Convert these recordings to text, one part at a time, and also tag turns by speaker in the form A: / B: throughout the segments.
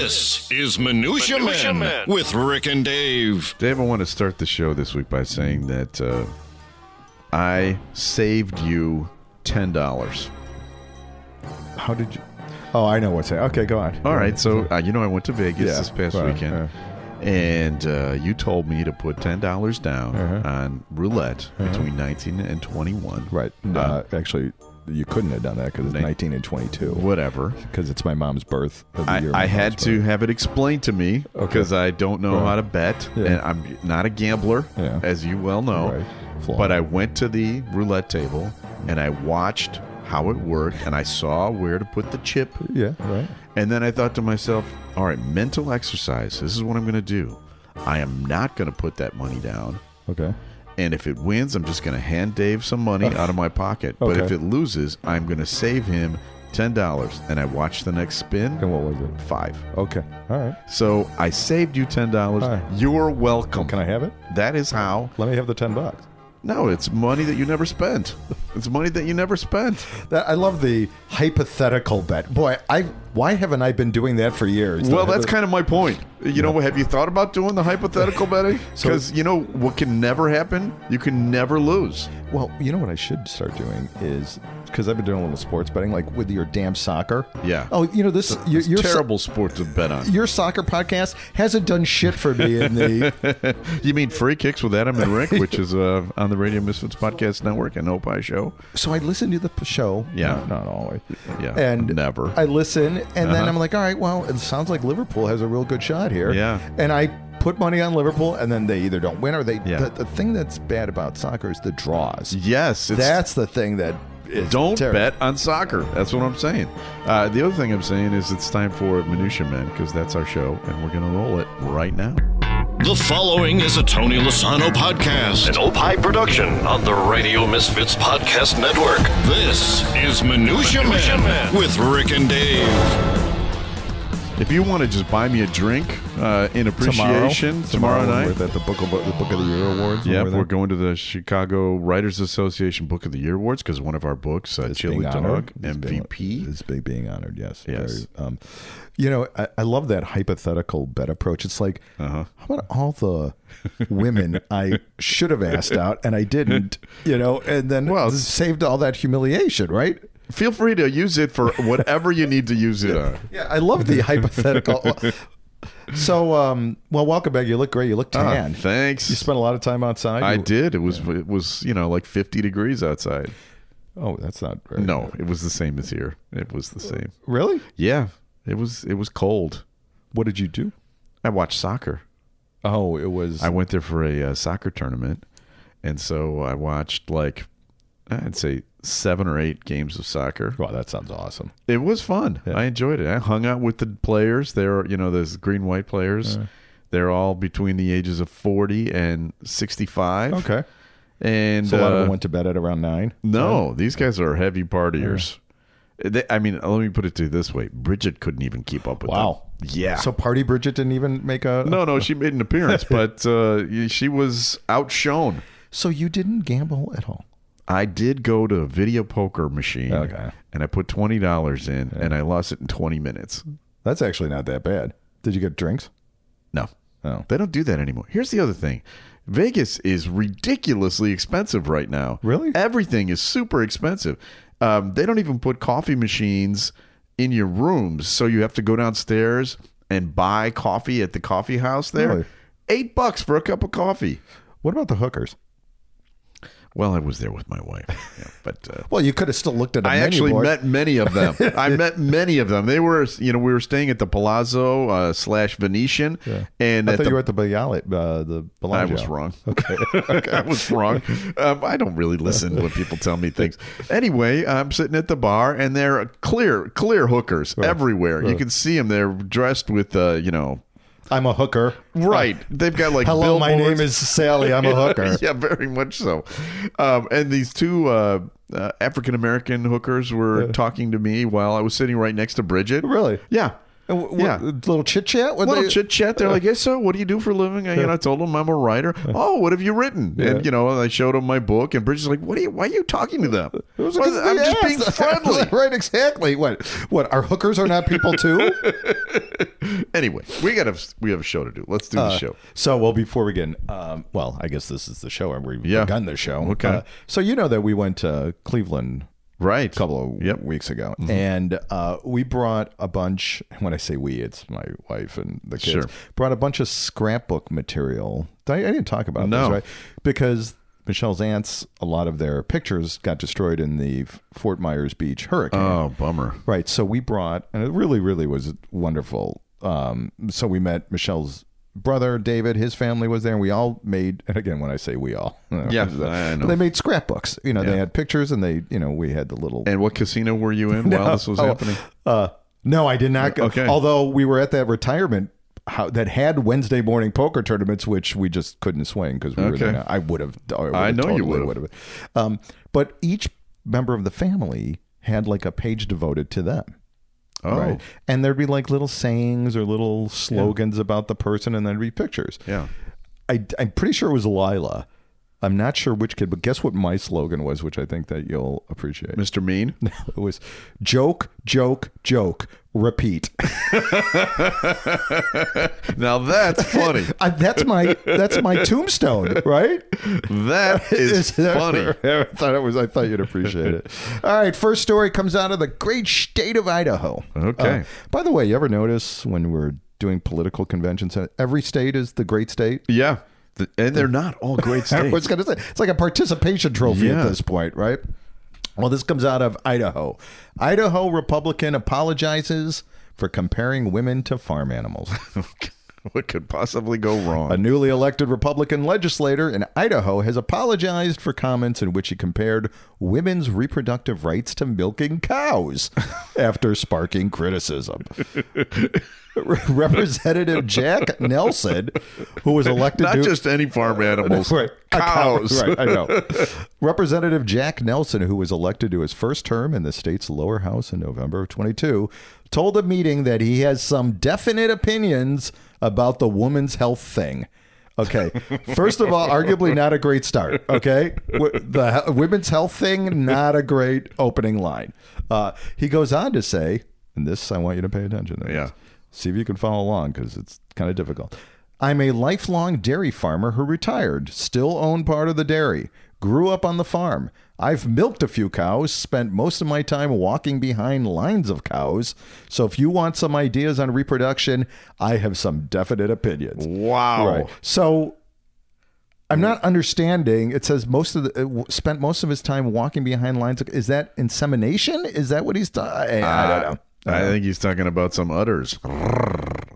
A: This is Minutia,
B: Minutia
A: Men,
B: Men.
A: with Rick and Dave.
C: Dave, I want to start the show this week by saying that uh, I saved you ten dollars.
D: How did you? Oh, I know what's that. Okay, go on.
C: All right, so uh, you know I went to Vegas
D: Mm-hmm. Yeah,
C: this past
D: well, uh,
C: weekend,
D: yeah.
C: and uh, you told me to put ten dollars down on roulette between nineteen and twenty-one.
D: Uh-huh. right.
C: Um,
D: Uh, actually, you couldn't have done that because it's
C: Nin-
D: 19 and 22.
C: whatever.
D: Because it's my mom's birth. Of the
C: I,
D: year my
C: I had
D: mom's
C: to
D: birth.
C: have it explained to me
D: Okay.
C: because I don't know
D: Right.
C: how to bet,
D: Yeah.
C: and I'm not a gambler,
D: Yeah.
C: as you well know.
D: Right. Flaw.
C: But I went to the roulette table and I watched how it worked, and I saw where to put the chip.
D: Yeah. Right.
C: And then I thought to myself, all right, mental exercise. This is what I'm going to do. I am not going to put that money down.
D: Okay.
C: And if it wins, I'm just going to hand Dave some money out of my pocket. But
D: Okay.
C: if it loses, I'm going to save him $10. And I watched the next spin.
D: And what was it?
C: Five.
D: Okay. All right.
C: So I saved you ten dollars.
D: Hi.
C: You're welcome.
D: Can I have it?
C: That is how.
D: Let me have the 10 bucks.
C: No, it's money that you never spent. It's money that you never spent.
D: That, I love the hypothetical bet. Boy, I why haven't I been doing that for years?
C: Well, that's kind of my point. You know, have you thought about doing the hypothetical betting?
D: So-
C: Because you know what can never happen. You can never lose.
D: Well, you know what I should start doing is because I've been doing a little sports betting, like with your damn soccer.
C: Yeah.
D: Oh, you know this. your,
C: It's
D: your so-
C: terrible sport to bet on.
D: your soccer podcast hasn't done shit for me in the
C: You mean free kicks with Adam and Rick, which is uh, on the Radio Misfits Podcast Network and Opie Show?
D: so I listen to the p- show.
C: Yeah.
D: No, not always.
C: Yeah,
D: and
C: never. Uh-huh.
D: I listen, and then I'm like, all right, well, it sounds like Liverpool has a real good shot here.
C: Yeah.
D: and I put money on Liverpool, and then they either don't win or they.
C: Yeah.
D: The, the thing that's bad about soccer is the draws.
C: Yes, it's
D: that's the thing that is
C: Don't
D: terrible.
C: bet on soccer. That's what I'm saying. Uh, the other thing I'm saying is it's time for Minutia Men because that's our show, and we're going to roll it right now.
A: The following is a Tony Lasano
B: An
A: podcast.
B: Opie production on the Radio Misfits Podcast Network.
A: This is Minutia,
B: Minutia
A: Men,
B: Men.
A: with Rick and Dave.
C: If you want to just buy me a drink uh, in appreciation tomorrow,
D: when
C: night,
D: we're at the book of the book of the year awards. when
C: Yep,
D: there.
C: we're going to the Chicago Writers Association Book of the Year Awards because one of our books, uh,
D: It's
C: Chili
D: being
C: Dog
D: honored. It's being-
C: MVP.
D: It's big being honored. Yes.
C: Yes.
D: Very, um, you know, I, I love that hypothetical bet approach. It's like, how about all the women I should have asked out and I didn't, you know, and then
C: Well,
D: well, saved all that humiliation, right?
C: Feel free to use it for whatever you need to use it on.
D: Yeah, I love the hypothetical. So, um, well, welcome back. You look great. You look
C: Ah,
D: tan.
C: thanks.
D: You spent a lot of time outside.
C: I
D: You-
C: did. It was it was you know like 50 degrees outside.
D: Oh, that's not very
C: No, it was the same as here. It was the same.
D: Really?
C: Yeah, it was it was cold.
D: What did you do?
C: I watched soccer.
D: Oh, it was.
C: I went there for a uh, soccer tournament, and so I watched like I'd say seven or eight games of soccer.
D: wow, that sounds awesome.
C: It was fun. I enjoyed it. I hung out with the players. They're you know those green white players. They're all between the ages of forty and sixty five.
D: Okay.
C: and
D: So a lot of
C: uh,
D: them went to bed at around nine.
C: No, these guys are heavy partiers. They, I mean, let me put it to you this way: Bridget couldn't even keep up with
D: Wow.
C: them. Yeah.
D: So Party Bridget didn't even make a.
C: no, no, she made an appearance, but uh, she was outshone.
D: So you didn't gamble at all.
C: I did go to a video poker machine,
D: Okay.
C: and I put twenty dollars in, and I lost it in twenty minutes.
D: That's actually not that bad. Did you get drinks?
C: No,
D: Oh.
C: they don't do that anymore. Here's the other thing: Vegas is ridiculously expensive right now.
D: Really?
C: everything is super expensive. Um, they don't even put coffee machines in your rooms, so you have to go downstairs and buy coffee at the coffee house there.
D: Really?
C: Eight bucks for a cup of coffee.
D: What about the hookers?
C: Well, I was there with my wife, yeah, but uh,
D: Well, you could have still looked at a
C: I
D: menu
C: actually
D: board.
C: met many of them. I met many of them. They were, you know, we were staying at the Palazzo uh, slash Venetian, and
D: I
C: at
D: thought
C: the,
D: you were at the Bialy, uh, the
C: I
D: Bellagio.
C: was wrong. Okay, I was wrong. Um, I don't really listen when people tell me things. Anyway, I'm sitting at the bar, and there are clear, clear hookers everywhere. You can see them. They're dressed with, uh, you know,
D: I'm a hooker.
C: right. They've got like
D: Hello, my
C: billboards.
D: name is Sally. I'm a hooker.
C: yeah, very much so. Um, and these two uh, uh, African American hookers were talking to me while I was sitting right next to Bridget.
D: Really?
C: Yeah.
D: And wh- wh-
C: Yeah.
D: Little chit chat.
C: Little chit chat. They're like, "Yes, sir. What do you do for a living?" I, you know, I told them I'm a writer. Oh, what have you written? And you know, I showed them my book, and Bridget's like, "What are you? Why are you talking to them?" Well, I'm just being friendly.
D: right? Exactly. What? What? Our hookers are not people too.
C: Anyway, we got to we have a show to do. Let's do
D: Uh,
C: the show.
D: So, well, before we get, um, well, I guess this is the show, and we've
C: Yeah.
D: begun the show.
C: Okay.
D: Uh, so you know that we went to Cleveland
C: Right.
D: a couple of
C: Yep. Mm-hmm.
D: weeks ago, and uh, we brought a bunch. When I say we, it's my wife and the kids.
C: Sure.
D: Brought a bunch of scrapbook material. I, I didn't talk about
C: No.
D: this, right? Because Michelle's aunts, a lot of their pictures got destroyed in the Fort Myers Beach hurricane.
C: Oh, bummer.
D: Right. So we brought, and it really, really was wonderful. Um, so we met Michelle's brother, David. His family was there, and we all made. And again, when I say we all,
C: Yeah, I know.
D: they made scrapbooks. You know,
C: Yeah.
D: they had pictures, and they, you know, we had the little.
C: And what casino were you in while this was
D: Oh,
C: happening?
D: Uh, no, I did not go.
C: Okay.
D: Although we were at that retirement. How, that had Wednesday morning poker tournaments, which we just couldn't swing because we were
C: Okay.
D: there. I would have.
C: I know you would've.
D: would have. Um, but each member of the family had like a page devoted to them.
C: Oh,
D: Right. And there'd be like little sayings or little slogans about the person, and there'd be pictures.
C: yeah.
D: I, I'm pretty sure it was Lila. I'm not sure which kid, but guess what my slogan was, which I think that you'll appreciate.
C: Mr. Mean.
D: It was joke, joke, joke, repeat.
C: Now that's funny.
D: I, that's my that's my tombstone, right?
C: That is funny.
D: I thought it was. I thought you'd appreciate it. All right, first story comes out of the great state of Idaho. Uh,
C: Okay.
D: by the way, you ever notice when we're doing political conventions, uh, every state is the great state.
C: Yeah. Th- And they're not all great
D: I was
C: states.
D: going to say it's like a participation trophy
C: Yeah.
D: at this point, right? Well, this comes out of Idaho. Idaho Republican apologizes for comparing women to farm animals.
C: what could possibly go
D: a
C: wrong?
D: newly elected Republican legislator in Idaho has apologized for comments in which he compared women's reproductive rights to milking cows after sparking criticism. Re- Representative Jack Nelson, who was elected
C: Not
D: to Uh,
C: just any farm animals.
D: Right. A cow-
C: Cows.
D: Right, I know. Representative Jack Nelson, who was elected to his first term in the state's lower house in November of 22, told a meeting that he has some definite opinions about the woman's health thing. Okay. First of all, arguably not a great start. Okay. W- The he- women's health thing, not a great opening line. Uh, he goes on to say, and this I want you to pay attention to. this.
C: Yeah.
D: See if you can follow along because it's kind of difficult. I'm a lifelong dairy farmer who retired, still own part of the dairy, grew up on the farm. I've milked a few cows, spent most of my time walking behind lines of cows. So if you want some ideas on reproduction, I have some definite opinions.
C: Wow.
D: Right. So I'm not understanding. It says most of the uh, w- spent most of his time walking behind lines. of- Is that insemination? Is that what he's done? I, I don't know.
C: I think he's talking about some udders.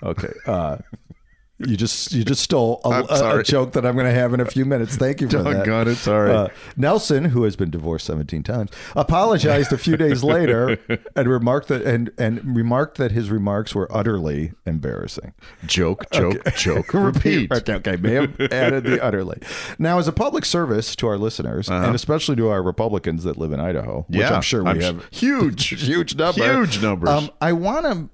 D: Okay. Uh, you just you just stole a,
C: I'm
D: a- a
C: sorry.
D: joke that I'm going to have in a few minutes. Thank you for that.
C: Doggone it, sorry.
D: Uh, Nelson, who has been divorced 17 times, apologized a few days later and remarked that and and remarked that his remarks were utterly embarrassing.
C: Joke, joke, joke, repeat.
D: Okay, okay. May have added the utterly. Now, as a public service to our listeners,
C: Uh-huh.
D: and especially to our Republicans that live in Idaho, which I'm sure we
C: sh-
D: have
C: huge,
D: huge number.
C: huge numbers.
D: Um, I want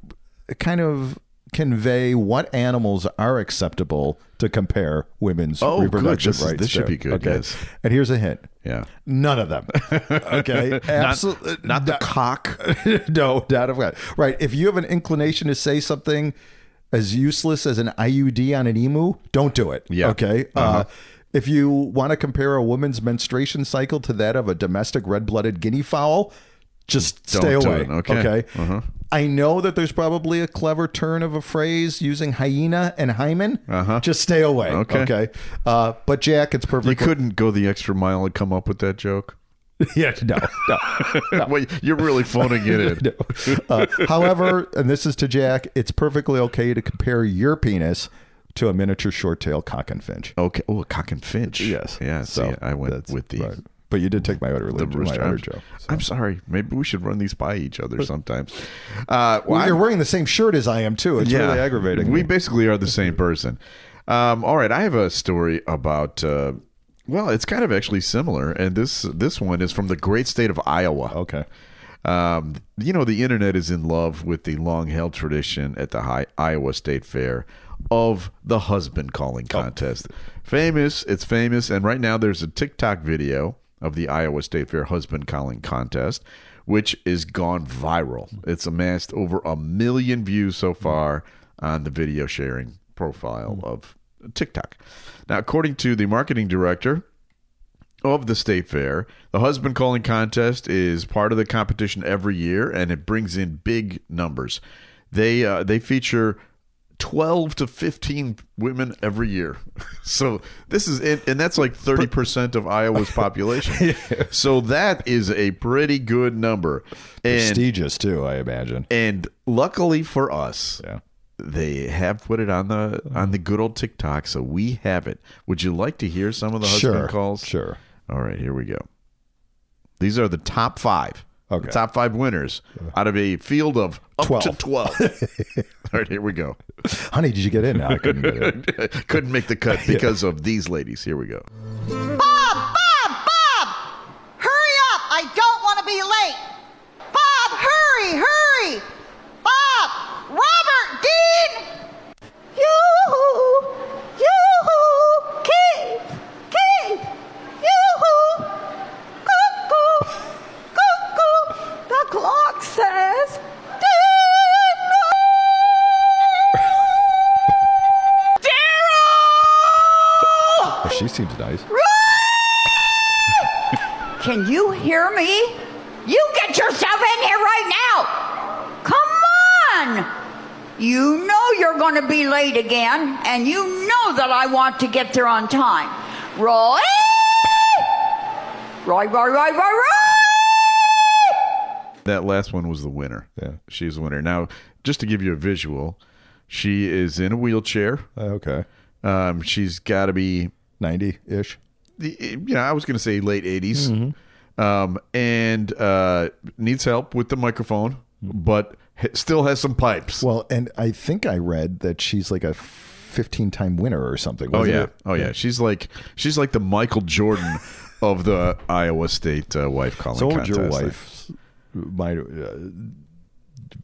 D: to kind of convey what animals are acceptable to compare women's
C: Oh, good.
D: reproductive
C: This is-
D: rights.
C: this should
D: to.
C: be good,
D: Okay.
C: yes.
D: And here's a hint.
C: yeah,
D: None of them. Okay. Absolutely.
C: not the cock.
D: no doubt of that. Right. If you have an inclination to say something as useless as an IUD on an emu, don't do it.
C: Yeah. Uh-huh.
D: Okay. uh if you want to compare a woman's menstruation cycle to that of a domestic red-blooded guinea fowl, just
C: Don't
D: stay
C: do
D: away.
C: it. Okay. Uh-huh.
D: I know that there's probably a clever turn of a phrase using hyena and hymen. Uh-huh. Just stay away.
C: Okay.
D: Okay. Uh, but Jack, it's
C: You
D: perfect.
C: couldn't go the extra mile and come up with that joke.
D: yeah. No. No.
C: Wait, you're really phoning it in.
D: Uh, however, and this is to Jack, it's perfectly okay to compare your penis to a miniature short tail cock and finch.
C: Okay. Oh, a cock and finch. Yeah. So see, I went
D: that's
C: with the
D: right. But you did take my order,
C: the
D: the my
C: rooster.
D: order
C: I'm,
D: Joe.
C: I'm sorry. Maybe we should run these by each other sometimes. Uh, well,
D: Well, you're
C: I'm-
D: wearing the same shirt as I am too. It's really aggravating.
C: We
D: me.
C: basically are the same person. Um, all right, I have a story about. Uh, well, it's kind of actually similar, and this this one is from the great state of Iowa.
D: okay.
C: Um, you know, the internet is in love with the long held tradition at the high Iowa State Fair of the husband calling contest. Famous, it's famous. And right now there's a TikTok video of the Iowa State Fair husband calling contest, which is gone viral. It's amassed over a million views so far. on the video sharing profile of TikTok. Now, according to the marketing director, of the state fair. The husband calling contest is part of the competition every year, and it brings in big numbers. They uh, they feature. 12 to 15 women every year. So this is it and that's like 30% of Iowa's population. So that is a pretty good number. And
D: Prestigious too, I imagine.
C: and luckily for us,
D: Yeah.
C: they have put it on the on the good old TikTok so we have it. Would you like to hear some of the husband
D: Sure.
C: calls?
D: Sure.
C: All right, here we go. These are the top five.
D: Okay.
C: The top five winners out of a field of up to
D: 12.
C: 12. All right, here we go.
D: Honey, did you get in? No, I couldn't get in.
C: Couldn't make the cut because of these ladies. Here we go.
E: Bob, Bob, Bob! Hurry up! I don't want to be late! Bob, hurry, hurry! Bob! Robert Dean! Yoo-hoo! Yoo-hoo! Keith! Keith! Yoo-hoo! Cuckoo! Cuckoo! The clock says dinner! Daryl!
D: Oh, she seems nice.
E: Can you hear me? You get yourself in here right now! Come on! You know you're gonna be late again, and you know that I want to get there on time. Roy! Roy, Roy, Roy, Roy, Roy!
C: That last one was the winner.
D: Yeah.
C: She's the winner. Now, just to give you a visual, she is in a wheelchair.
D: Uh, okay.
C: Um, she's got to be
D: 90 ish.
C: the- you know, I was going to say late 80s,
D: Mm-hmm.
C: um, and uh, needs help with the microphone,
D: Mm-hmm.
C: but h- still has some pipes.
D: Well, and I think I read that she's like a 15 time winner or something.
C: oh
D: wasn't
C: yeah,
D: it?
C: oh yeah. She's like she's like the Michael Jordan of the Iowa State uh, wife calling
D: So old
C: contest.
D: your wife, my uh,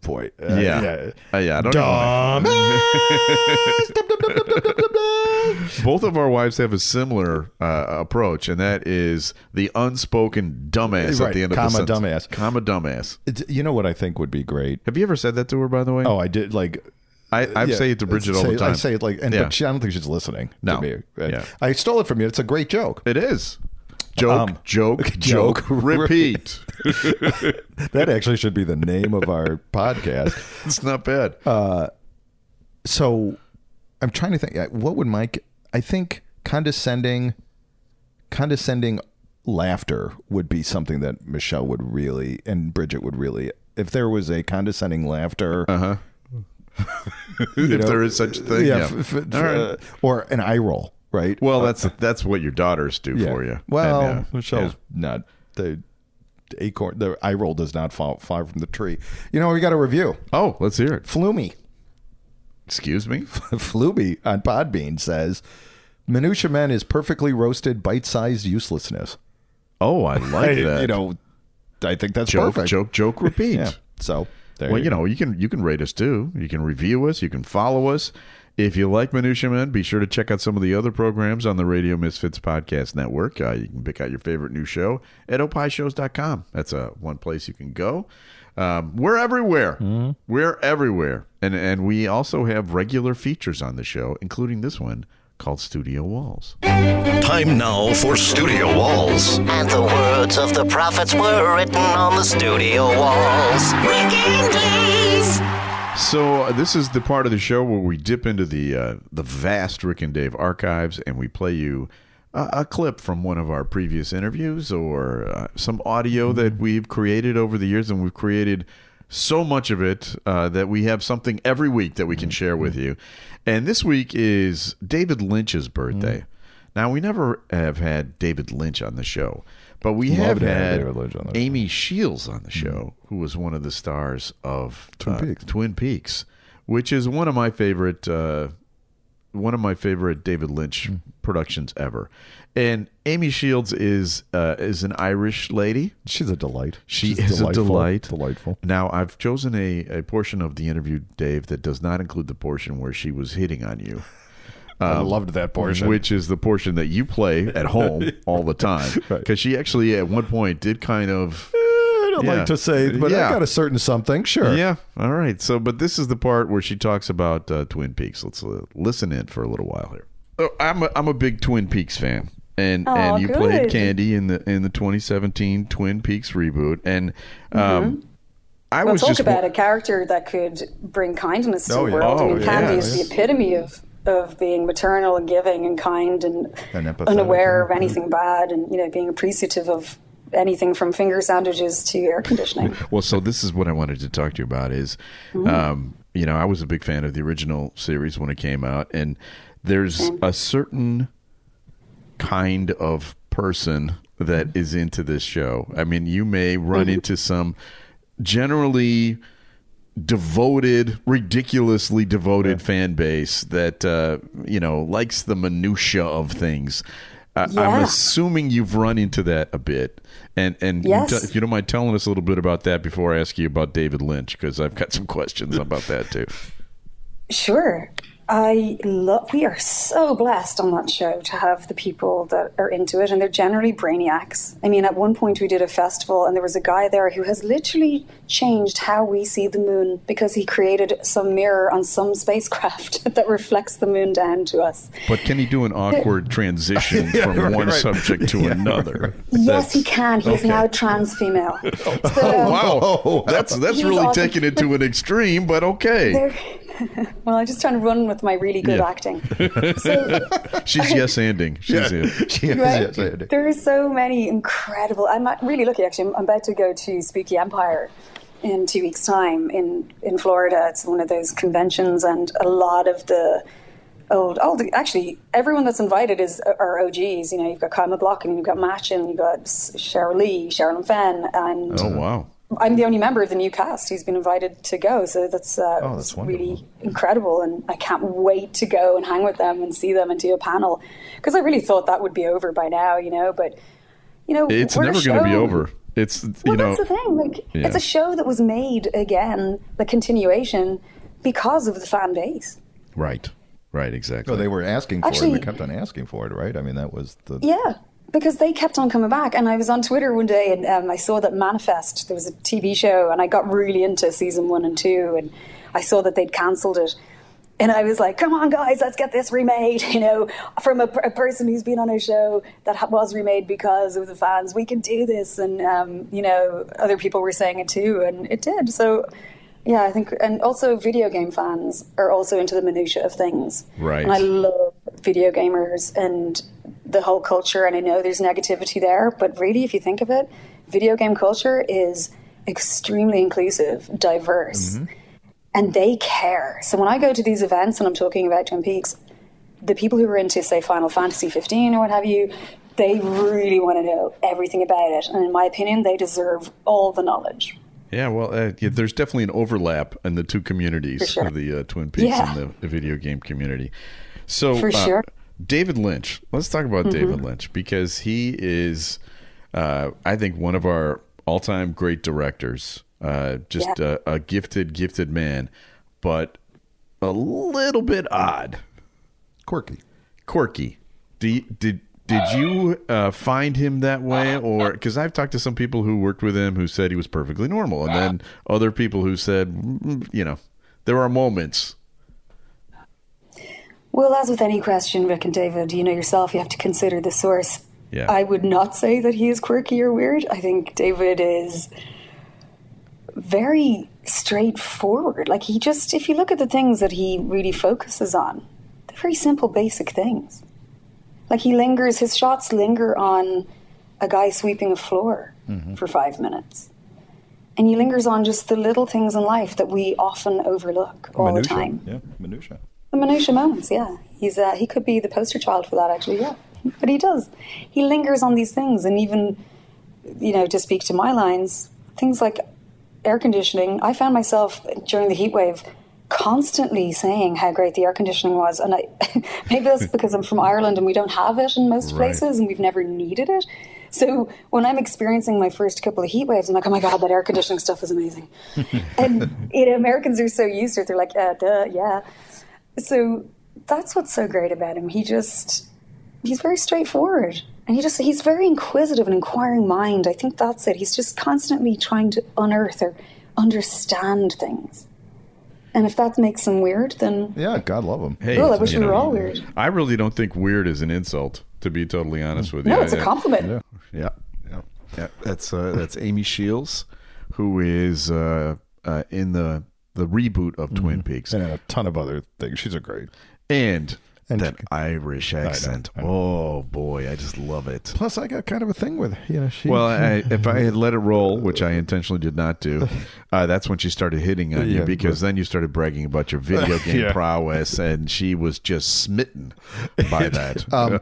D: boy. Uh,
C: Yeah, yeah. Uh, yeah I don't know. Both of our wives have a similar uh, approach, and that is the unspoken dumbass at
D: Right,
C: the end of
D: comma
C: the sentence.
D: dumbass.
C: Comma dumbass.
D: It's- you know what I think would be great?
C: Have you ever said that to her? By the way,
D: Oh, I did like.
C: I, I
D: yeah,
C: say it to Bridget all
D: say-
C: the time.
D: I say it like, and
C: Yeah.
D: but she, I don't think she's listening.
C: No.
D: to me. Uh,
C: Yeah.
D: I stole it from you. It's a great joke.
C: It is. Joke,
D: Um,
C: joke, joke,
D: joke,
C: repeat.
D: That actually should be the name of our podcast.
C: it's not bad.
D: Uh, so I'm trying to think uh, what would Mike I think condescending condescending laughter would be something that Michelle would really and Bridget would really if there was a condescending laughter uh-huh
C: if there is such a thing. Yeah.
D: f- f-
C: All right.
D: uh, or an eye roll right
C: well, that's that's what your daughters do for you.
D: well
C: And, uh,
D: Michelle's not the the acorn the eye roll does not fall fly from the tree you know we got a review
C: yeah. Oh, let's hear it.
D: Flumey
C: Excuse me.
D: Fluby on Podbean says, Minutia Men is perfectly roasted, bite sized uselessness.
C: Oh, I like that.
D: you know, I think that's
C: joke,
D: perfect.
C: joke, joke, repeat.
D: Yeah. So, there
C: Well, you know, you can you can rate us too. You can review us. You can follow us. If you like Minutia Men, be sure to check out some of the other programs on the Radio Misfits Podcast Network. Uh, you can pick out your favorite new show at opishows.com. That's uh, one place you can go. Um, we're everywhere.
D: Mm-hmm.
C: We're everywhere. And, and we also have regular features on the show, including this one called Studio Walls.
B: Time now for Studio Walls.
F: And the words of the prophets were written on the studio walls.
C: So uh, this is the part of the show where we dip into the uh, the vast Rick and Dave archives, and we play you a, a clip from one of our previous interviews or uh, some audio
D: Mm-hmm.
C: that we've created over the years, and we've created so much of it uh, that we have something every week that we can share with
D: Mm-hmm.
C: you. And this week is David Lynch's birthday.
D: Mm-hmm.
C: Now we never have had David Lynch on the show, but we have
D: to have
C: had
D: David Lynch on the show.
C: Amy Shields on the show, who was one of the stars of Twin
D: Hmm. Peaks.
C: Twin Peaks, which is one of my favorite, uh, one of my favorite David Lynch
D: Hmm.
C: productions ever. And Amy Shields is uh, is an Irish lady.
D: she's a delight.
C: She
D: She's
C: is
D: delightful,
C: a delight.
D: Delightful.
C: Now I've chosen a, a portion of the interview, Dave, that does not include the portion where she was hitting on you.
D: I loved that portion.
C: Um, Which is the portion that you play at home all the time. Because she actually, at one point, did kind of
D: I don't
C: Yeah.
D: like to say, but
C: Yeah.
D: I got a certain something. Sure.
C: Yeah. All right. So, but this is the part where she talks about uh, Twin Peaks. Let's uh, listen in for a little while here. Oh, I'm a, I'm a big Twin Peaks fan, and
G: Aw,
C: and you played
G: good.
C: Candy in the in the 2017 Twin Peaks reboot, and um, I
G: Mm-hmm. Well,
C: was
G: talk
C: just
G: about a character that could bring kindness to
D: Oh,
G: the
D: yeah.
G: world. I mean,
C: Oh,
G: Candy
C: yes.
G: is the epitome of of being maternal and giving and kind and,
D: And empathetic,
G: unaware of
D: yeah. Mm-hmm.
G: anything bad and you know being appreciative of anything from finger sandwiches to air conditioning.
C: Well, so this is what I wanted to talk to you about is, um, you know, I was a big fan of the original series when it came out, and there's a certain kind of person that is into this show. I mean, you may run into some generally devoted, ridiculously devoted fan base that uh, you know likes the minutia of things. I, I'm
G: Yeah.
C: assuming you've run into that a bit, and and you
G: Yes.
C: te- if you don't mind telling us a little bit about that before I ask you about David Lynch, because I've got some questions about that too.
G: Sure. I love, we are so blessed on that show to have the people that are into it, and they're generally brainiacs. I mean, at one point we did a festival, and there was a guy there who has literally changed how we see the moon because he created some mirror on some spacecraft that reflects the moon down to us.
C: But can he do an awkward transition from one subject to another?
G: yes, he can. He's now a trans female. So,
C: Oh, Wow, that's that's
G: He's
C: really
G: awesome.
C: taking it to an extreme, but okay.
G: well, I'm just trying to run with my really good
C: Yeah.
G: acting. So,
C: She's yes anding. She's in.
D: She is,
G: Right?
D: yes, I do.
G: There are so many incredible. I'm uh, really lucky, actually. I'm- I'm about to go to Spooky Empire in two weeks' time in in Florida. It's one of those conventions, and a lot of the old. Oh, the, actually, everyone that's invited is are OGs. You know, you've got Kyle McLaughlin, you've got Machin, you've got S- Cheryl Lee, Sherilyn Fenn, and
C: Oh wow.
G: I'm the only member of the new cast who's been invited to go, so that's, uh,
D: Oh, that's wonderful.
G: really incredible, and I can't wait to go and hang with them and see them and do a panel because I really thought that would be over by now, you know. But you know,
C: It's
G: we're a
C: never going to be
G: show.
C: over. It's you
G: Well,
C: know.
G: that's the thing. Like,
C: Yeah.
G: it's a show that was made again, the continuation, because of the fan base.
C: Right. Right. Exactly.
D: So they were asking for it.
G: Actually-
D: They kept on asking for it, right? I mean, that was the.
G: Yeah, because they kept on coming back. And I was on Twitter one day and um, I saw that Manifest, there was a TV show, and I got really into season one and two, and I saw that they'd cancelled it. And I was like, come on, guys, let's get this remade, you know, from a, per- a person who's been on a show that ha- was remade because of the fans. We can do this. And, um, you know, other people were saying it too, and it did. So, yeah, I think, and also video game fans are also into the minutiae of things.
C: Right.
G: And I love video gamers and the whole culture. And I know there's negativity there, but really, if you think of it, video game culture is extremely inclusive, diverse, and they care. So when I go to these events and I'm talking about Twin Peaks, the people who are into, say, Final Fantasy 15 or what have you, they really want to know everything about it. And in my opinion, they deserve all the knowledge.
C: yeah. Well, uh, yeah, there's definitely an overlap in the two communities
G: sure.
C: of the uh, Twin Peaks
G: Yeah.
C: and the, the video game community. So
G: For
C: uh,
G: sure. Mm-hmm.
C: David Lynch. Let's talk about David Lynch because he is, uh, I think, one of our all-time great directors. Uh, just
G: Yeah.
C: a, a gifted, gifted man, but a little bit odd.
D: Quirky.
C: quirky. Did did did you uh, find him that way,
G: uh,
C: or because I've talked to some people who worked with him who said he was perfectly normal,
G: Uh.
C: and then other people who said, "Mm, you know, there are moments.
G: Well, as with any question, Rick and David, you know yourself, you have to consider the source.
C: Yeah.
G: I would not say that he is quirky or weird. I think David is very straightforward. Like, he just, if you look at the things that he really focuses on, they're very simple, basic things. Like, he lingers, his shots linger on a guy sweeping a floor for five minutes. And he lingers on just the little things in life that we often overlook all the time.
D: Yeah, minutia.
G: The minutia moments, yeah. He's uh, he could be the poster child for that, actually, yeah. But he does. He lingers on these things, and even, you know, to speak to my lines, things like air conditioning. I found myself during the heat wave constantly saying how great the air conditioning was, and I maybe that's because I'm from Ireland and we don't have it in most
C: Right.
G: places, and we've never needed it. So when I'm experiencing my first couple of heat waves, I'm like, oh my god, that air conditioning stuff is amazing. and you know, Americans are so used to it; they're like, uh, duh, yeah. So that's what's so great about him. He just he's very straightforward And he just, he's very inquisitive and inquiring mind. I think that's it. He's just constantly trying to unearth or understand things. And if that makes him weird, then,
D: Yeah, God love him.
C: Hey,
G: well, I wish
C: you
G: we were
C: know,
G: all weird.
C: I really don't think weird is an insult. To be totally honest with you,
G: No, it's a
C: I-
G: compliment.
C: Yeah,
H: Yeah.
C: yeah. That's uh, that's Amy Shields, who is uh, uh, in the the reboot of Twin Peaks,
H: And a ton of other things. She's a great.
C: Mm-hmm. and,
D: And-
C: that Irish accent.
H: I know.
C: Oh boy, I just love it.
H: Plus, I got kind of a thing with you know she.
C: Well, uh, I, if I had let it roll, which I intentionally did not do, uh, that's when she started hitting on you
H: Yeah,
C: because then you started bragging about your video game
H: Yeah.
C: prowess, and she was just smitten by that.
H: Um,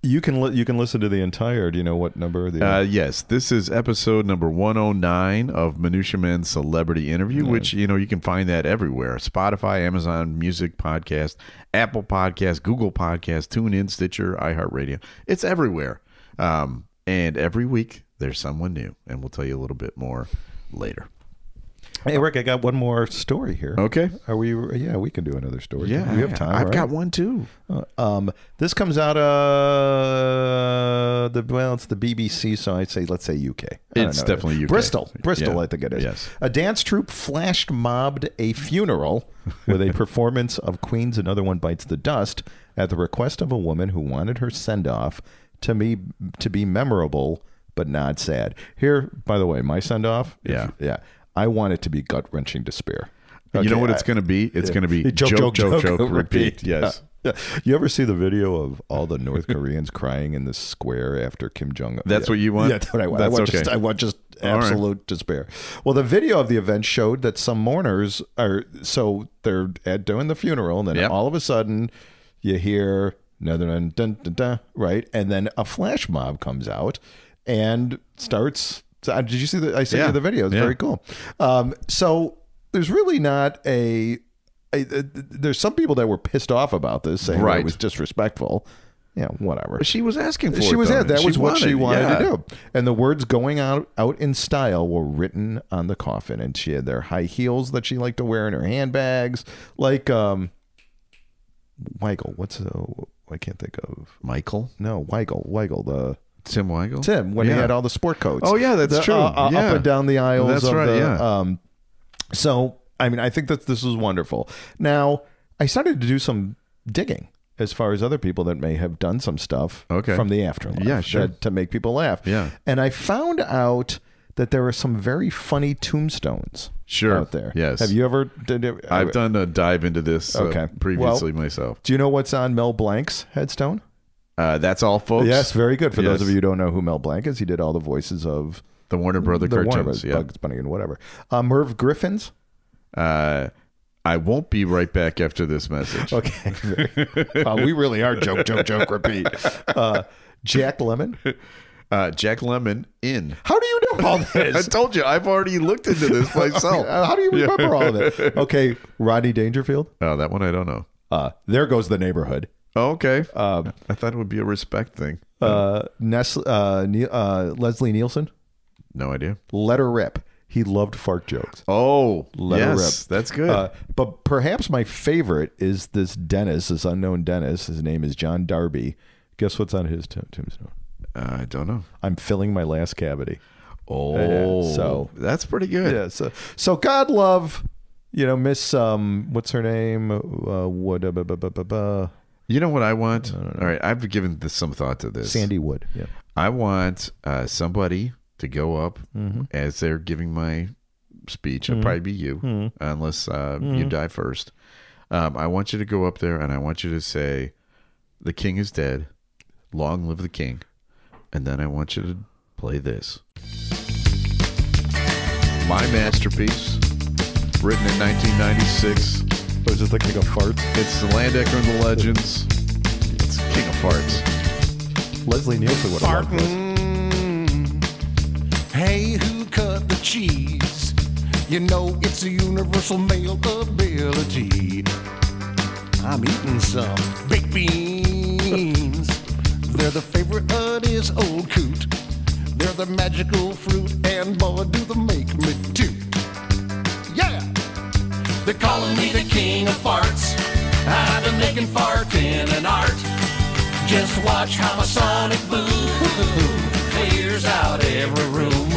D: You can li- you can listen to the entire. Do you know what number? The
C: Uh, yes, this is episode number 109 of Minutia Men's Celebrity Interview, which, you know, you can find that everywhere Spotify, Amazon Music Podcast, Apple Podcast, Google Podcast, TuneIn, Stitcher, iHeartRadio. It's everywhere. Um, and every week there's someone new, and we'll tell you a little bit more later.
D: hey, Rick, I got one more story here.
C: Okay.
D: Are we? Yeah, we can do another story. we have time.
C: I've
D: right?
C: got one too.
D: Um, this comes out of the well, it's the BBC, so I'd say let's say UK. I don't
C: It's
D: know.
C: definitely UK.
D: Bristol, Bristol,
C: Yeah.
D: I think it is.
C: Yes.
D: A dance troupe flash mobbed a funeral with a performance of Queen's "Another One Bites the Dust" at the request of a woman who wanted her send off to me to be memorable but not sad. Here, by the way, my send off.
C: Yeah.
D: yeah. I want it to be gut wrenching despair.
C: you know
D: Okay,
C: what it's
D: I-
C: going to be? It's going to be
D: joke, joke, joke, Uh,
C: repeat. Yes.
D: Yeah. You ever see the video of all the North Koreans crying in the square after Kim Jong Un?
C: That's what you want?
D: Yeah, that's what I want.
C: That's
D: I want
C: okay.
D: just, I want just
C: All right.
D: absolute despair. Well, the video of the event showed that some mourners are so they're at doing the funeral, and then
C: Yep.
D: all of a sudden you hear another dun, dun, dun, dun, right, and then a flash mob comes out and starts. so, uh, Did you see the? I sent
C: Yeah.
D: you the video. It's
C: Yeah.
D: very cool. Um, so there's really not a I, uh, there's some people that were pissed off about this, saying that
C: Right.
D: it was disrespectful. Yeah, whatever.
C: She was asking for it.
D: She was
C: though.
D: in. That was what she wanted
C: yeah.
D: to do. And the words "going out out in style" were written on the coffin, and she had their high heels that she liked to wear in her handbags, like um, Weigel. What's uh, I can't think of.
C: Michael?
D: No, Weigel. Weigel the
C: Tim Weigel?
D: Tim when he
C: Yeah.
D: had all the sport coats.
C: Oh, yeah, that's
D: The-
C: true.
D: uh, uh,
C: Yeah.
D: Up and down the aisles.
C: That's
D: of
C: right,
D: the,
C: yeah.
D: Um, so I mean, I think that this was wonderful. Now I started to do some digging as far as other people that may have done some stuff
C: Okay.
D: from the afterlife.
C: Yeah, sure.
D: that- to make people laugh.
C: Yeah.
D: And I found out that there are some very funny tombstones
C: Sure.
D: out there.
C: Yes.
D: Have you ever did it?
C: I've done a dive into this uh,
D: Okay.
C: previously
D: Well-
C: myself.
D: Do you know what's on Mel Blanc's headstone?
C: Uh, that's all, folks.
D: Yes, very good. For
C: Yes.
D: those of you who don't know who Mel Blanc is, he did all the voices of
C: The Warner Brother
D: the Warner
C: cartoons.
D: Bros. Bugs Bunny and whatever. Uh, Merv Griffin's.
C: yeah. Uh, I won't be right back after this message.
D: Okay, Uh, we really are joke, joke, joke. Repeat. Uh, Jack Lemon.
C: Uh, Jack Lemon in.
D: How do you know all
C: I
D: this?
C: told you, I've already looked into this myself.
D: Uh, How do you remember all of it? Okay, Rodney Dangerfield.
C: oh, that one I don't know.
D: Uh, there goes the neighborhood.
C: Oh, okay.
D: Um,
C: I thought it would be a respect thing.
D: Uh, Ness, uh, Ne- uh, Leslie Nielsen.
C: No idea.
D: Let her rip. He loved fart jokes.
C: Oh,
D: Let her
C: yes.
D: rip.
C: That's good.
D: Uh, but perhaps my favorite is this Dennis, this unknown Dennis. His name is John Darby. Guess what's on his to- tombstone?
C: Uh, I don't know.
D: I'm filling my last cavity.
C: Oh,
D: so-
C: that's pretty good.
D: Yeah. So, so God love, you know, Miss um, what's her name? Uh, what? Uh, bu- bu- bu- bu- bu-
C: You know what I want? All right, I've given this, some thought to this.
D: Sandy Wood. Yeah.
C: I want uh, somebody to go up as they're giving my speech. It'll probably be you, unless uh, you die first. Um, I want you to go up there and I want you to say, "The king is dead. Long live the king." And then I want you to play this. My masterpiece, written in 1996.
D: Or Oh, is this the king of farts?
C: It's the Land Echo and the Legends. It's King of Farts.
D: Leslie Nielsen would have loved this.
I: Hey, who cut the cheese? You know it's a universal male ability. I'm eating some baked beans. They're the favorite of this old coot. They're the magical fruit, and boy, do they make me toot. Yeah! They're calling me the king of farts. I've been making farting an art. Just watch how a sonic boom clears out every room.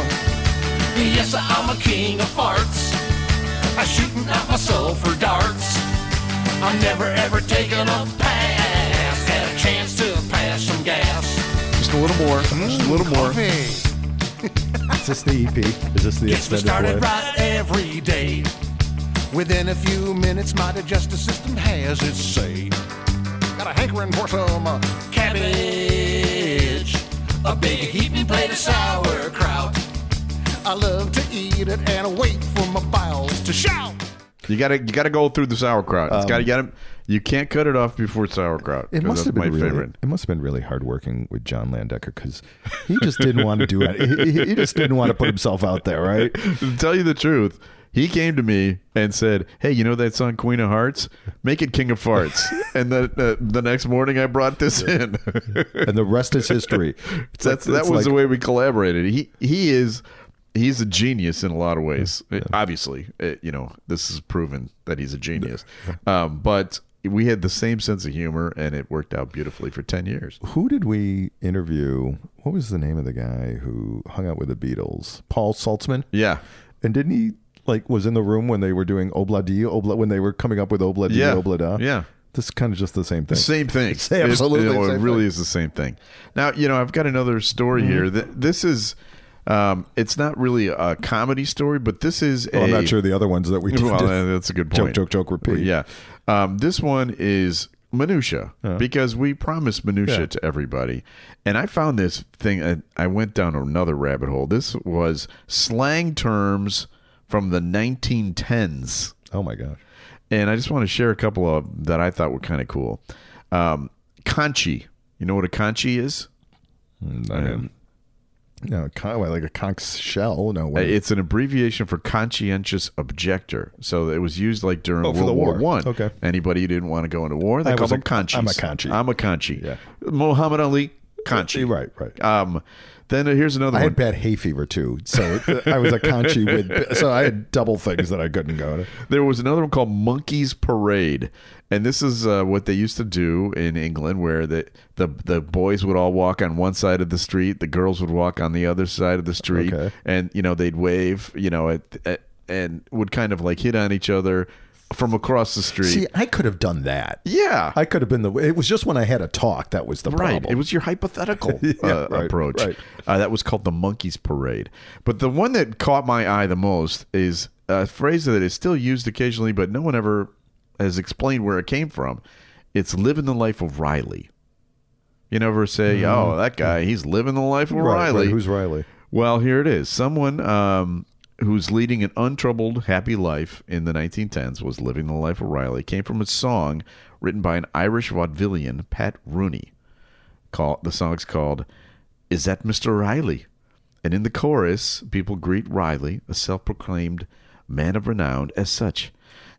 I: Yes, I'm a king of farts. I'm shooting out my soul for darts. I'm never ever taking a pass. Had a chance to pass some gas.
C: Just a little more. Just a little more.
I: Mm, Coffee
D: Is this the EP? Is this the
I: gets me
D: extended
I: started
D: play?
I: right every day. Within a few minutes, my digestive system has its say. Got a hankering for some uh, cabbage, a big heaping plate of sauerkraut. I love to eat it and I wait for my bowels to shout.
C: You gotta you gotta go through the sauerkraut. It's gotta get him. You can't cut it off before sauerkraut.
D: Um, It
C: 'cause
D: must
C: that's
D: have been
C: my
D: really,
C: favorite.
D: It must have been really hard working with John Landecker because he just didn't want to do it. He, he- he just didn't want to put himself out there, right?
C: to tell you the truth, he came to me and said, "Hey, you know that song Queen of Hearts? Make it King of Farts." and then uh, the next morning, I brought this in.
D: And the rest is history. It's
C: That's
D: like-
C: that
D: it's
C: was the
D: like-
C: way we collaborated. He he is he's a genius in a lot of ways. Uh, Obviously, uh, you know this is proven that he's a genius. Um, but we had the same sense of humor, and it worked out beautifully for ten years.
D: Who did we interview? What was the name of the guy who hung out with the Beatles? Paul Saltzman.
C: Yeah.
D: And didn't he like was in the room when they were doing Obladi Obla when they were coming up with Obladi
C: Yeah.
D: Oblada?
C: Yeah.
D: This is kind of just the same thing.
C: Same thing.
D: It's absolutely
C: It, you know,
D: the
C: it
D: same
C: really
D: thing. Mm-hmm.
C: is the same thing. Now, you know, I've got another story here. Th- This is, um, it's not really a comedy story, but this is a.
D: Well, Oh, I'm not sure the other ones that we did.
C: Well, that's a good point.
D: Joke, joke, joke, repeat.
C: Yeah. Um, this one is minutia because we promised minutia
D: Uh-huh. Yeah.
C: to everybody, and I found this thing. And I went down another rabbit hole. This was slang terms from the 1910s
D: Oh my gosh.
C: and I just want to share a couple of that I thought were kind of cool. Um, conchi, you know what a conchi is?
D: Um, no, con- well, like a conch shell. No,
C: Uh,
D: wait.
C: It's an abbreviation for conscientious objector. So it was used like during
D: Oh,
C: World
D: for the
C: War
D: war.
C: One.
D: Okay.
C: Anybody who didn't want to go into war, they
D: I
C: called
D: was
C: them
D: a-
C: conchis.
D: I'm a conchi.
C: I'm a conchi.
D: Yeah.
C: Muhammad Ali, conchi.
D: Right, right.
C: Um, then uh, here's another
D: I
C: one.
D: had bad hay fever too, so I was a conchi with. So I had double things that I couldn't go to.
C: There was another one called Monkeys Parade, and this is uh, what they used to do in England, where the, the the boys would all walk on one side of the street, the girls would walk on the other side of the street,
D: Okay.
C: and you know they'd wave, you know, at, at, and would kind of like hit on each other from across the street.
D: See, I could have done that.
C: yeah,
D: I could have been the. It was just when I had a talk that was the
C: right.
D: problem.
C: It was your hypothetical
D: Yeah,
C: uh,
D: right,
C: approach.
D: right.
C: Uh, that was called the Monkeys Parade. But the one that caught my eye the most is a phrase that is still used occasionally, but no one ever has explained where it came from. It's living the life of Riley. You never say, "Oh, that guy, he's living the life of
D: Mm-hmm. Right, right.
C: Riley."
D: Who's Riley?
C: Well, here it is. Someone um, who's leading an untroubled, happy life in the 1910s was living the life of Riley. It came from a song written by an Irish vaudevillian, Pat Rooney. Call, the song's called Is That Mr. Riley? And in the chorus, people greet Riley, a self proclaimed man of renown, as such.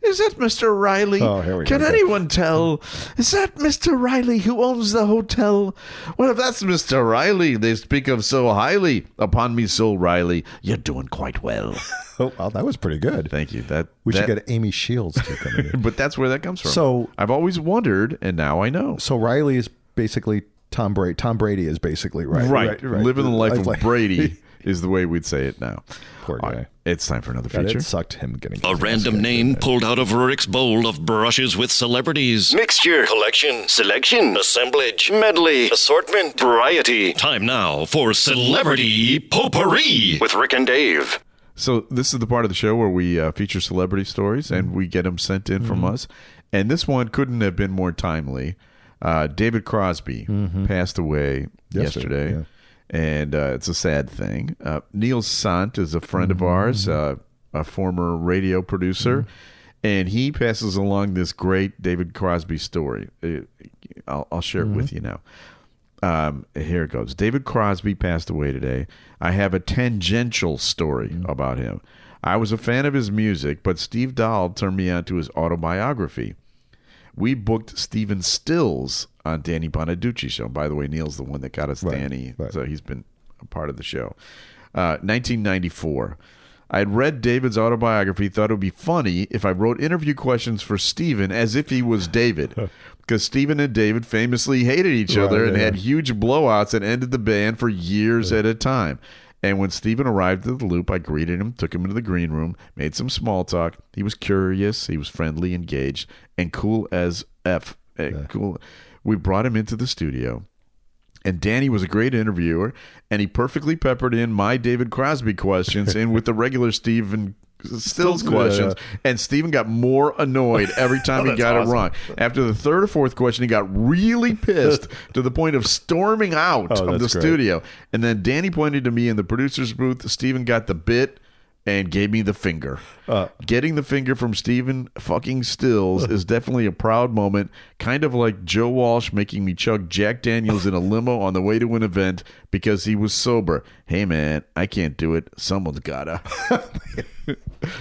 C: Is that Mr. Riley?
D: Oh, here we
C: Can
D: go.
C: anyone tell? Is that Mr. Riley who owns the hotel? Well, if that's Mr. Riley they speak of so highly, upon me, so Riley, you're doing quite well.
D: Oh, wow, that was pretty good.
C: Thank you. That
D: we
C: that,
D: should get Amy Shields to come in.
C: But that's where that comes from.
D: So-
C: I've always wondered, and now I know.
D: So Riley is basically Tom Brady. Tom Brady is basically right.
C: Living the life of
D: like-
C: Brady is the way we'd say it now.
D: Poor
C: All
D: guy.
C: right, It's time for another
D: God,
C: feature.
D: it sucked him getting
A: A
D: his ass
A: random
D: kicked.
A: name pulled out of Rurik's bowl of brushes with celebrities.
B: Mixture, collection, selection, assemblage, medley, assortment, variety.
A: Time now for Celebrity Potpourri.
B: With Rick and Dave.
C: So this is the part of the show where we uh, feature celebrity stories and we get them sent in from
D: Mm-hmm.
C: us. And this one couldn't have been more timely. Uh, David Crosby passed away yesterday,
D: Mm-hmm. Yesterday,
C: and uh, it's a sad thing. Uh, Neil Sant is a friend of ours,
D: Mm-hmm.
C: uh, a former radio producer, and he passes along this great David Crosby story. It- I'll, I'll share it with
D: Mm-hmm.
C: you now. Um, here it goes. David Crosby passed away today. I have a tangential story about him. I was a fan of his music, but Steve Dahl turned me on to his autobiography. We booked Steven Stills on Danny Bonaducci show. By the way, Neil's the one that got us Danny,
D: right.
C: so he's been a part of the show. Uh, 1994. I had read David's autobiography, thought it would be funny if I wrote interview questions for Stephen as if he was David. Because Stephen and David famously hated each other and had huge blowouts that ended the band for years at a time. And when Stephen arrived at the loop, I greeted him, took him into the green room, made some small talk. He was curious, he was friendly, engaged, and cool as F. Eh, Cool. We brought him into the studio. And Danny was a great interviewer, and he perfectly peppered in my David Crosby questions in with the regular Stephen Stills questions. And Stephen got more annoyed every time he got it wrong. After the third or fourth question, he got really pissed to the point of storming out of the
D: Oh, that's great.
C: studio. And then Danny pointed to me in the producer's booth. Stephen got the bit. And gave me the finger.
D: Uh.
C: Getting the finger from Stephen fucking Stills is definitely a proud moment, kind of like Joe Walsh making me chug Jack Daniels in a limo on the way to an event because he was sober. Hey man, I can't do it. Someone's gotta.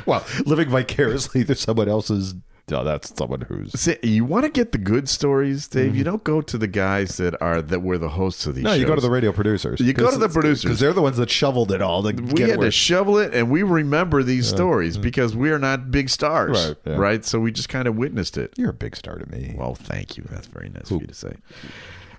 D: Well, living vicariously through someone else's. No, that's someone who's.
C: See, you want to get the good stories, Dave. You don't go to the guys that are that were the hosts of these.
D: Mm-hmm. No, you go to
C: shows.
D: the radio producers.
C: You go to the producers.
D: because they're the ones that shoveled it all. To
C: We
D: get
C: had
D: where-
C: to shovel it, and we remember these stories because we are not big stars,
D: Right, yeah.
C: right? So we just kind of witnessed it.
D: You're a big star to me.
C: Well, thank you. That's very nice of you to say.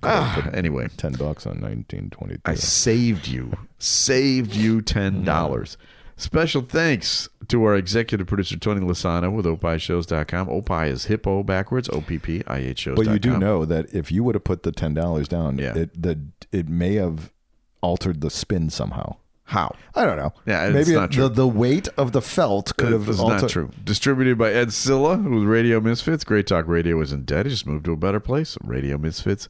C: Ah, anyway,
D: Ten bucks on nineteen twenty-two.
C: I saved you. Saved you ten dollars. Special thanks to our executive producer Tony Lasano with opishows.com. Opie is hippo backwards. O P P I H shows.
D: But you do know that if you would have put the ten dollars down,
C: Yeah.
D: it the it may have altered the spin somehow.
C: how
D: I don't know.
C: Yeah, it's
D: maybe
C: not
D: it-
C: true.
D: the the weight of the felt could have
C: That's
D: altered.
C: not true. Distributed by Ed Silla with Radio Misfits. Great Talk Radio isn't dead. It just moved to a better place. RadioMisfits.com.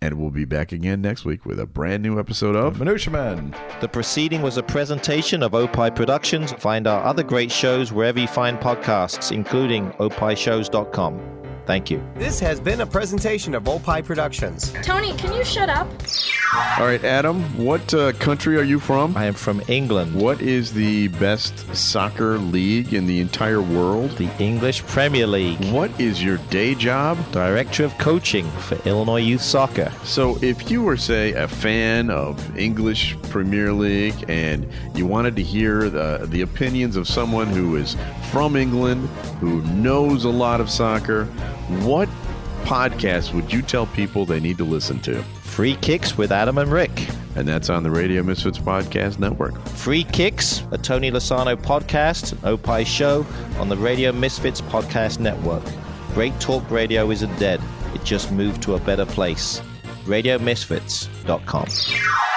C: And we'll be back again next week with a brand new episode of
D: Minutia Man.
I: The preceding was a presentation of Opie Productions. Find our other great shows wherever you find podcasts, including opishows.com. Thank you.
B: This has been a presentation of Opie Productions.
E: Tony, can you shut up?
C: All right, Adam, what uh, country are you from?
I: I am from England.
C: What is the best soccer league in the entire world?
I: The English Premier League.
C: What is your day job?
I: Director of Coaching for Illinois Youth Soccer.
C: So, if you were, say, a fan of English Premier League and you wanted to hear the, the opinions of someone who is from England, who knows a lot of soccer, what podcast would you tell people they need to listen to?
I: Free Kicks with Adam and Rick.
C: And that's on the Radio Misfits Podcast Network.
I: Free Kicks, a Tony Lasano podcast, an Opie show on the Radio Misfits Podcast Network. Great Talk Radio isn't dead, it just moved to a better place. RadioMisfits.com.